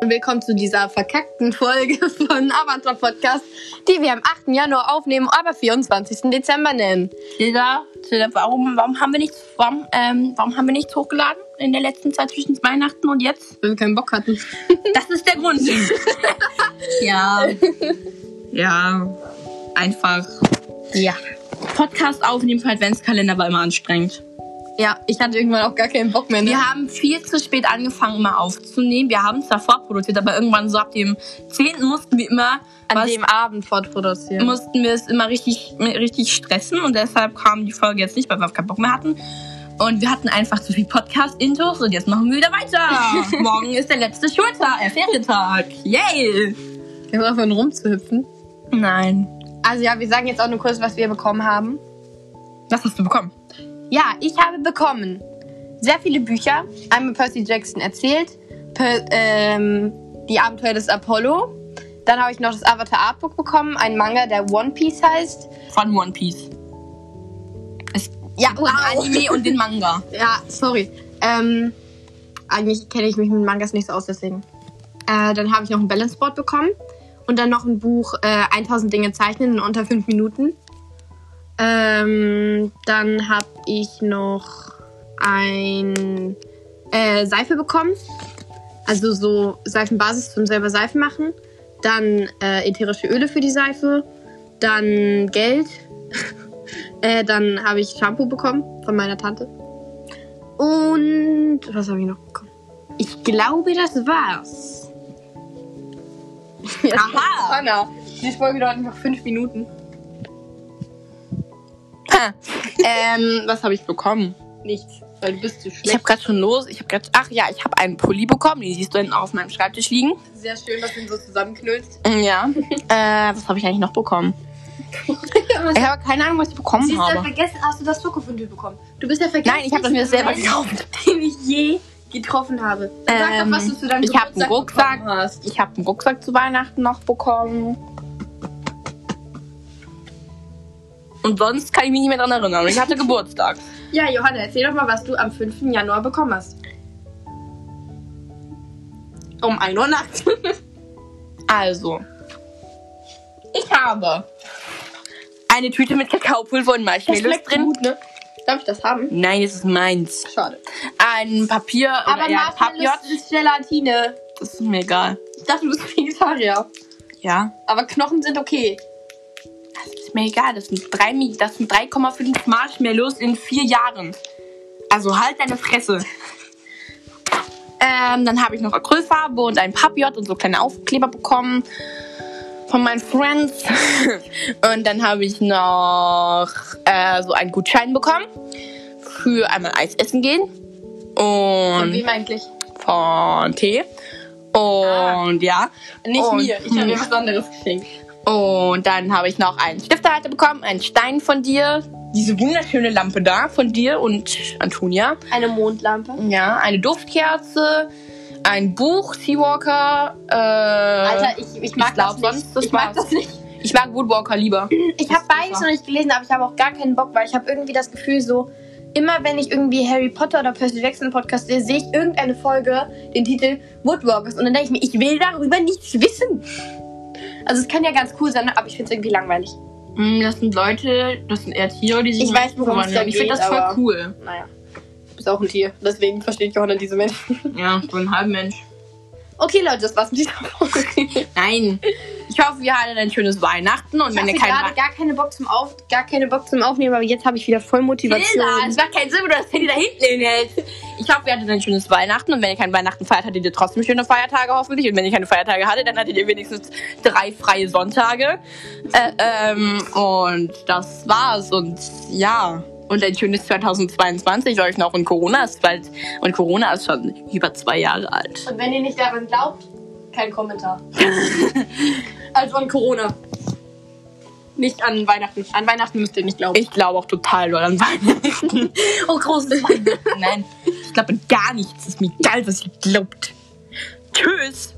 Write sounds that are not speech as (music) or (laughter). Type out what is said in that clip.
und willkommen zu dieser verkackten Folge (laughs) von Avantor Podcast, die wir am 8. Januar aufnehmen, aber 24. Dezember nennen. Tilda, Tilda warum, warum, haben wir nichts, warum, ähm, warum haben wir nichts hochgeladen in der letzten Zeit zwischen Weihnachten und jetzt? Weil wir keinen Bock hatten. (laughs) Das ist der Grund. Ja. ja, einfach. Ja. Podcast aufnehmen für Adventskalender war immer anstrengend. Ja, ich hatte irgendwann auch gar keinen Bock mehr. Ne? Wir haben viel zu spät angefangen, mal aufzunehmen. Wir haben es davor produziert, aber irgendwann so ab dem 10. mussten wir immer An was- dem Abend fortproduzieren. mussten wir es immer richtig, richtig stressen und deshalb kam die Folge jetzt nicht, weil wir auf keinen Bock mehr hatten. Und wir hatten einfach zu viel Podcast-Intos und jetzt machen wir wieder (laughs) weiter. Morgen ist der letzte Schultag, äh, Ferientag. Yay! Wir brauchen rumzuhüpfen. Nein. Also ja, wir sagen jetzt auch nur kurz, was wir bekommen haben. Was hast du bekommen? Ja, ich habe bekommen sehr viele Bücher. Einmal Percy Jackson erzählt, per, ähm, die Abenteuer des Apollo. Dann habe ich noch das Avatar Artbook bekommen, ein Manga, der One Piece heißt. Von One Piece. Ja, Wow. Anime und den (laughs) Manga. Ja, sorry. Ähm, eigentlich kenne ich mich mit Mangas nicht so aus, deswegen. Äh, dann habe ich noch ein Balanceboard bekommen und dann noch ein Buch äh, 1000 Dinge zeichnen in unter 5 Minuten. Ähm, dann habe ich noch ein äh, Seife bekommen. Also so Seifenbasis zum selber Seifen machen. Dann äh, ätherische Öle für die Seife. Dann Geld. (laughs) äh, dann habe ich Shampoo bekommen von meiner Tante. Und was habe ich noch bekommen? Ich glaube, das war's. Aha! Anna, die Folge dauert einfach fünf Minuten. ähm, was habe ich bekommen? Nichts, weil du bist zu schlecht. Ich habe gerade schon los. Ich habe gerade. Ach ja, ich habe einen Pulli bekommen. Den siehst du hinten auf meinem Schreibtisch liegen. sehr schön, dass du ihn so zusammenknüllst. Ja. äh, was habe ich eigentlich noch (laughs) bekommen? Ich habe keine Ahnung, was ich bekommen Siehst du, habe. vergessen, hast du das Schokofondue bekommen. Du bist ja vergessen. Nein, ich habe das mir selber gekauft. (laughs) Den ich je getroffen habe. Dann sag Ähm, doch, was du zu deinem ich hab einen Geburtstag Rucksack. bekommen hast. Ich habe einen Rucksack zu Weihnachten noch bekommen. Und sonst kann ich mich nicht mehr dran erinnern. Ich hatte Geburtstag. Ja, Johanna, erzähl doch mal, was du am 5. Januar bekommen hast. (laughs) Um 1 Uhr nachts. Also, ich habe eine Tüte mit Kakaopulver und Marshmallows drin. gut, ne? Darf ich das haben? Nein, das ist meins. Schade. Ein Papier oder Aber ja, ein Papiot. Marshmallows ist Gelatine. Das ist mir egal. Ich dachte, du bist Vegetarier. Ja. Aber Knochen sind okay. Das ist mir egal. Das sind drei Mi- das sind 3,5 Marshmallows in vier Jahren. Also halt deine Fresse. Ähm, dann habe ich noch Acrylfarbe und ein Papiot und so kleine Aufkleber bekommen von meinen Friends. (laughs) und dann habe ich noch äh, so einen Gutschein bekommen für einmal Eis essen gehen Von und wem eigentlich? von Tee. Und Ah. ja. Nicht und, hm. mir. Ich habe mir was anderes geschenkt. Und dann habe ich noch einen Stifterhalter bekommen, einen Stein von dir, diese wunderschöne Lampe da von dir und Antonia. Eine Mondlampe. Ja, eine Duftkerze, ein Buch, Seawalker. Äh, Alter, ich, ich mag ich glaub, das nicht. sonst das ich mag war's. das (laughs) nicht. ich mag Woodwalker lieber. Ich habe beides noch nicht gelesen, aber ich habe auch gar keinen Bock, weil ich habe irgendwie das Gefühl so, immer wenn ich irgendwie Harry Potter oder Percy Jackson Podcast sehe, sehe ich irgendeine Folge, den Titel Woodwalkers und dann denke ich mir, ich will darüber nichts wissen. Also es kann ja ganz cool sein, aber ich finde es irgendwie langweilig. Mm, Das sind Leute, das sind eher Tiere, die sich Ich mit weiß, worum es verwandeln. da Ich finde geht, das voll aber- cool. Naja, du bist auch ein Tier, deswegen versteht Johanna diese Menschen. Ja, ich bin halb Mensch. Okay Leute, das war's mit (laughs) dieser Folge. Nein. Ich hoffe, wir hatten ein schönes Weihnachten und Ich wenn hatte ihr kein gerade gar keine Bock zum Auf, gar keine Bock zum Aufnehmen, aber jetzt habe ich wieder voll Motivation. Bilder. Es macht keinen Sinn, wenn du das Handy da hinten hinhältst. Ich hoffe, ihr hattet ein schönes Weihnachten und wenn ihr keinen Weihnachten feiert, hattet ihr trotzdem schöne Feiertage hoffentlich. Und wenn ihr keine Feiertage hattet, dann hattet ihr wenigstens drei freie Sonntage. Äh, ähm, und das war's. Und ja. Und ein schönes 2022 euch noch. Und Corona ist bald. Und Corona ist schon über zwei Jahre alt. Und wenn ihr nicht daran glaubt, kein Kommentar. also an Corona. Nicht an Weihnachten. An Weihnachten müsst ihr nicht glauben. Ich glaube auch total doll an Weihnachten. (laughs) oh, großes Weihnachten. Nein, ich glaube an gar nichts. Ist mir egal, was ihr glaubt. Tschüss.